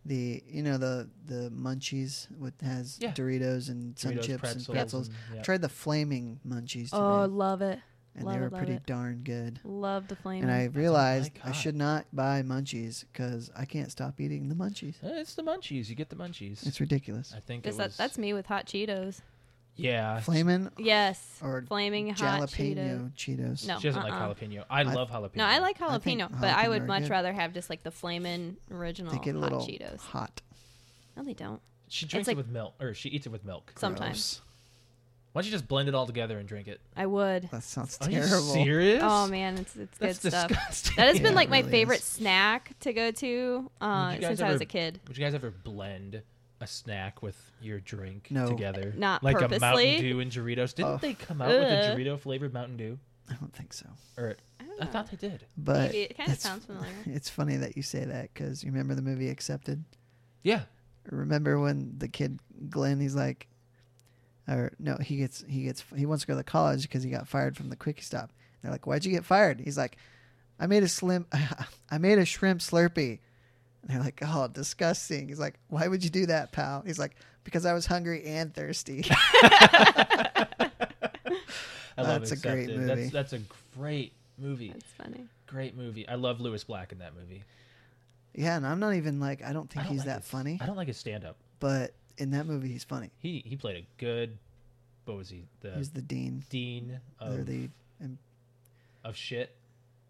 A: the you know the the munchies with has
B: Yeah.
A: Doritos and some
B: Doritos,
A: chips and pretzels.
B: and- yeah.
A: Tried the flaming munchies today,
C: Oh, love it.
A: and
C: love
A: they
C: it,
A: were
C: love
A: pretty
C: it.
A: darn good.
C: Love the flame.
A: And I realized I
B: Oh God.
A: should not buy munchies because I can't stop eating the munchies.
B: Uh, it's the munchies. You get the munchies.
A: It's ridiculous.
B: I think it
C: Guess
B: was,
C: that, that's me with hot Cheetos.
B: yeah.
A: Flamin'
C: Yes.
A: or
C: Flaming hot Cheetos.
A: jalapeno Cheetos.
C: No.
B: she doesn't
C: uh-uh.
B: like jalapeno. I,
A: I-
B: love jalapeno.
C: No, I like
A: I think
C: jalapeno, but I
A: jalapeno
C: would
A: are
C: much
A: good.
C: rather have just like the flamin' original
A: They
C: Oh, hot
A: get a little
C: Cheetos.
A: hot.
C: No, they don't.
B: She drinks
C: like-
B: it with milk, or she eats it with milk.
C: Sometimes.
A: Gross.
B: Why don't you just blend it all together and drink it?
C: I would.
A: That sounds
B: Are
A: terrible.
B: you serious?
C: Oh man, it's it's good
B: That's
C: stuff.
B: disgusting.
C: That has
A: Yeah,
C: been like
A: it
C: my
A: really
C: favorite
A: is.
C: snack to go to uh,
B: Would you guys
C: since I was
B: ever-
C: a kid.
B: Would you guys ever blend a snack with your drink
A: No.
B: together?
C: Not
B: like a
C: purposely.
B: Mountain Dew and Doritos. Didn't
A: Ugh.
B: they come out with a
C: Ugh.
B: Dorito flavored Mountain Dew?
A: I don't think so.
B: Or I thought they did.
A: But
C: Maybe it kinda
A: that's-
C: sounds familiar.
A: It's funny that you say that because you remember the movie Accepted.
B: Yeah.
A: Remember when the kid Glenn, he's like, or no, he gets he gets he wants to go to college because he got fired from the quickie stop. They're like, why'd you get fired? He's like, I made a slim, I made a shrimp Slurpee. And they're like, oh, disgusting. He's like, why would you do that, pal? He's like, because I was hungry and thirsty.
B: I love
A: That's a great
B: Accepted.
A: movie.
B: That's that's a great movie.
C: That's funny.
B: Great movie. I love Lewis Black in that movie.
A: yeah, and I'm not even like, I don't
B: I
A: think
B: don't
A: he's
B: like
A: that
B: his-
A: funny,
B: I don't like his stand up.
A: but in that movie, he's funny.
B: He he played a good what was he? The
A: He's the dean.
B: dean
A: They're
B: of,
A: the
B: of shit.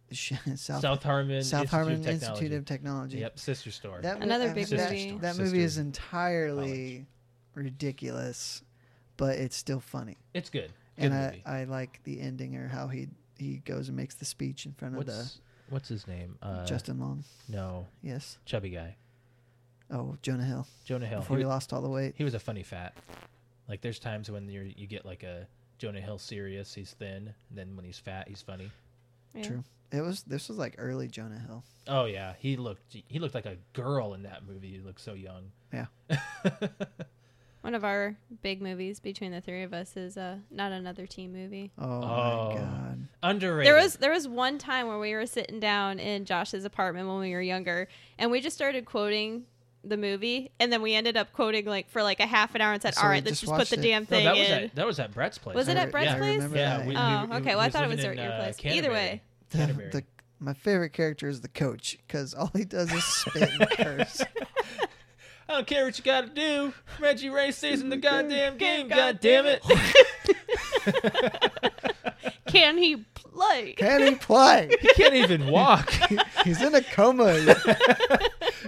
A: South
B: South, Harmon
A: South
B: Institute
A: Harmon
B: of Technology.
A: Institute of Technology.
B: Yep, sister store.
A: That mo-
C: Another
A: I mean,
C: big
A: that,
C: movie.
A: That
B: Sister
A: movie is
B: college.
A: entirely ridiculous, but it's still funny.
B: It's good. Good
A: and
B: movie.
A: I, I like the ending or how he he goes and makes the speech in front
B: what's
A: of the
B: what's his name? Uh,
A: Justin Long.
B: no,
A: Yes.
B: chubby guy,
A: Oh, Jonah Hill.
B: Jonah Hill.
A: Before
B: He,
A: he lost all the weight.
B: he was a funny fat. Like there's times when you you get like a Jonah Hill serious, he's thin. And then when he's fat, he's funny.
C: Yeah.
A: True. It was this was like early Jonah Hill.
B: Oh yeah, he looked he looked like a girl in that movie. He looked so young.
A: Yeah.
C: One of our big movies between the three of us is uh, not another team movie.
A: Oh,
B: Oh.
A: my god.
B: Underrated.
C: There was there was one time where we were sitting down in Josh's apartment when we were younger, and we just started quoting the movie, and then we ended up quoting like for like a half an hour and said,
A: So
C: "All
A: we
C: right, let's
A: just
C: just put
A: watched
C: the
A: it.
C: damn
B: no,
C: thing
B: that was
C: in."
B: at, that was at Brett's place.
C: Was it
A: I
C: at
A: re-
C: Brett's
A: yeah, I
C: place?
A: remember
B: yeah,
A: that.
B: we,
C: Oh,
B: we- we-
C: okay.
B: we
C: Well, I thought it
B: living
C: was at
B: in,
C: your
B: uh,
C: place. Either way.
A: The-
B: Canterbury.
A: the- my favorite character is the coach because all he does is spit and curse.
B: I don't care what you gotta do. Reggie Ray stays in the goddamn game. God damn
C: goddamn
B: it.
C: Can he play?
A: Can he play?
B: he can't even walk.
A: He's in a coma.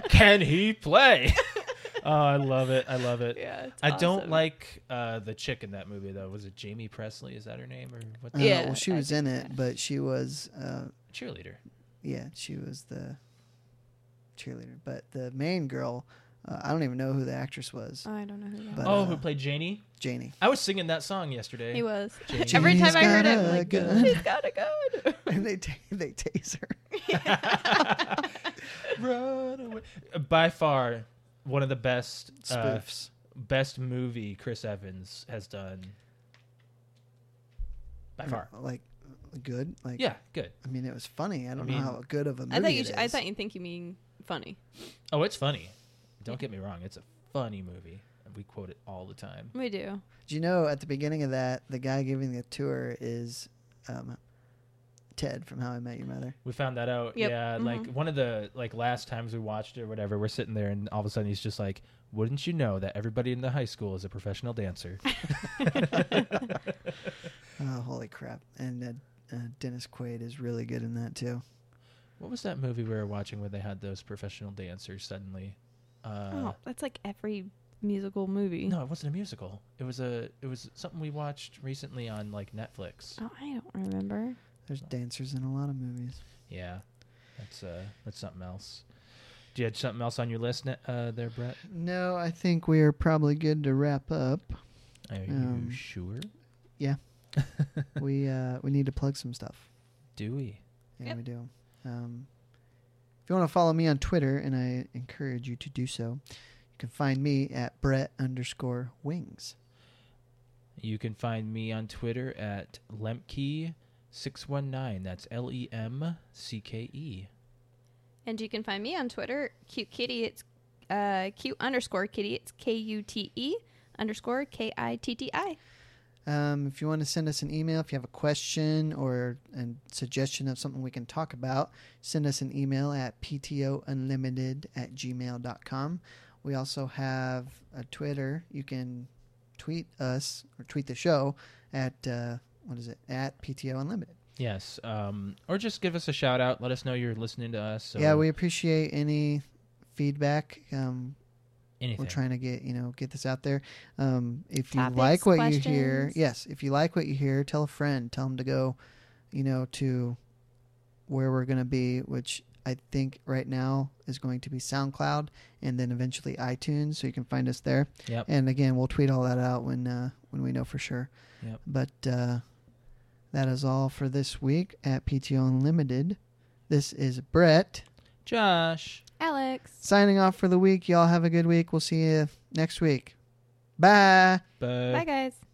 B: Can he play? oh, I love it. I love it.
C: Yeah, it's
B: I don't
C: awesome.
B: like uh, the chick in that movie though. Was it Jamie Presley? Is that her name or what? The
A: yeah,
C: Yeah,
A: well, she
C: I
A: was in
C: think
A: it, but she was, uh,
B: Cheerleader.
A: yeah, she was the cheerleader. But the main girl, uh, I don't even know who the actress was.
C: I don't know who that
A: But,
B: oh,
A: uh,
B: who played Janie?
A: Janie.
B: I was singing that song yesterday.
C: He was.
B: Jamie.
C: Every time
A: She's
C: I heard it, I'm
A: got a
C: like,
A: gun.
C: she's got a gun.
A: And they ta- they tase her.
B: Run away. By far, one of the best uh,
A: Spoofs.
B: best movie Chris Evans has done. By far,
A: Like good. Like
B: yeah, good.
A: I mean, it was funny. I don't
B: mean-
A: know how good of a movie
C: I thought you.
A: it
C: Should, I
A: is.
C: thought you think you mean funny.
B: Oh, it's funny. Don't get me wrong; it's a funny movie. We quote it all the time.
C: We do.
A: Do you know at the beginning of that, the guy giving the tour is um, Ted from How I Met Your Mother.
B: We found that out.
C: Yep. Mm-hmm.
B: Yeah, like one of the like last times we watched it or whatever, we're sitting there and all of a sudden he's just like, "Wouldn't you know that everybody in the high school is a professional dancer?"
A: Oh, holy crap! And uh, uh, Dennis Quaid is really good in that too.
B: what was that movie we were watching where they had those professional dancers suddenly? Uh,
C: oh, that's like every musical movie.
B: No, it wasn't a musical. It was a it was something we watched recently on like Netflix.
C: Oh, I don't remember.
A: There's dancers in a lot of movies.
B: Yeah, that's uh that's something else. Do you have something else on your list ne- uh, there, Brett?
A: No, I think we are probably good to wrap up.
B: Are
A: Um,
B: you sure?
A: we uh, we need to plug some stuff.
B: Do we?
A: Yeah,
C: Yep.
A: we do. Um, if you want to follow me on Twitter, and I encourage you to do so, you can find me at Brett underscore Wings.
B: You can find me on Twitter at lemke619. That's L E M C K E.
C: And you can find me on Twitter, cute kitty. It's uh, cute underscore kitty. It's K U T E underscore K I T T I.
A: Um, if you want to send us an email, if you have a question or a suggestion of something we can talk about, send us an email at ptounlimited at gmail.com. We also have a Twitter. You can tweet us or tweet the show at, uh, what is it, at PTO Unlimited.
B: Yes. Um, or just give us a shout out. Let us know you're listening to us. So
A: Yeah, we appreciate any feedback. Um,
B: Anything.
A: we're trying to get you know get this out there um, if you
C: Topics,
A: like what you hear
C: questions?
A: yes if you like what you hear tell a friend tell them to go you know to where we're going to be which i think right now is going to be soundcloud and then eventually itunes so you can find us there
B: Yep.
A: and again we'll tweet all that out when uh, when we know for sure
B: Yep.
A: but uh, that is all for this week at pto unlimited this is brett
B: Josh.
C: Alex.
A: signing off for the week. Y'all have a good week. We'll see you next week. Bye.
B: Bye.
C: Bye, guys.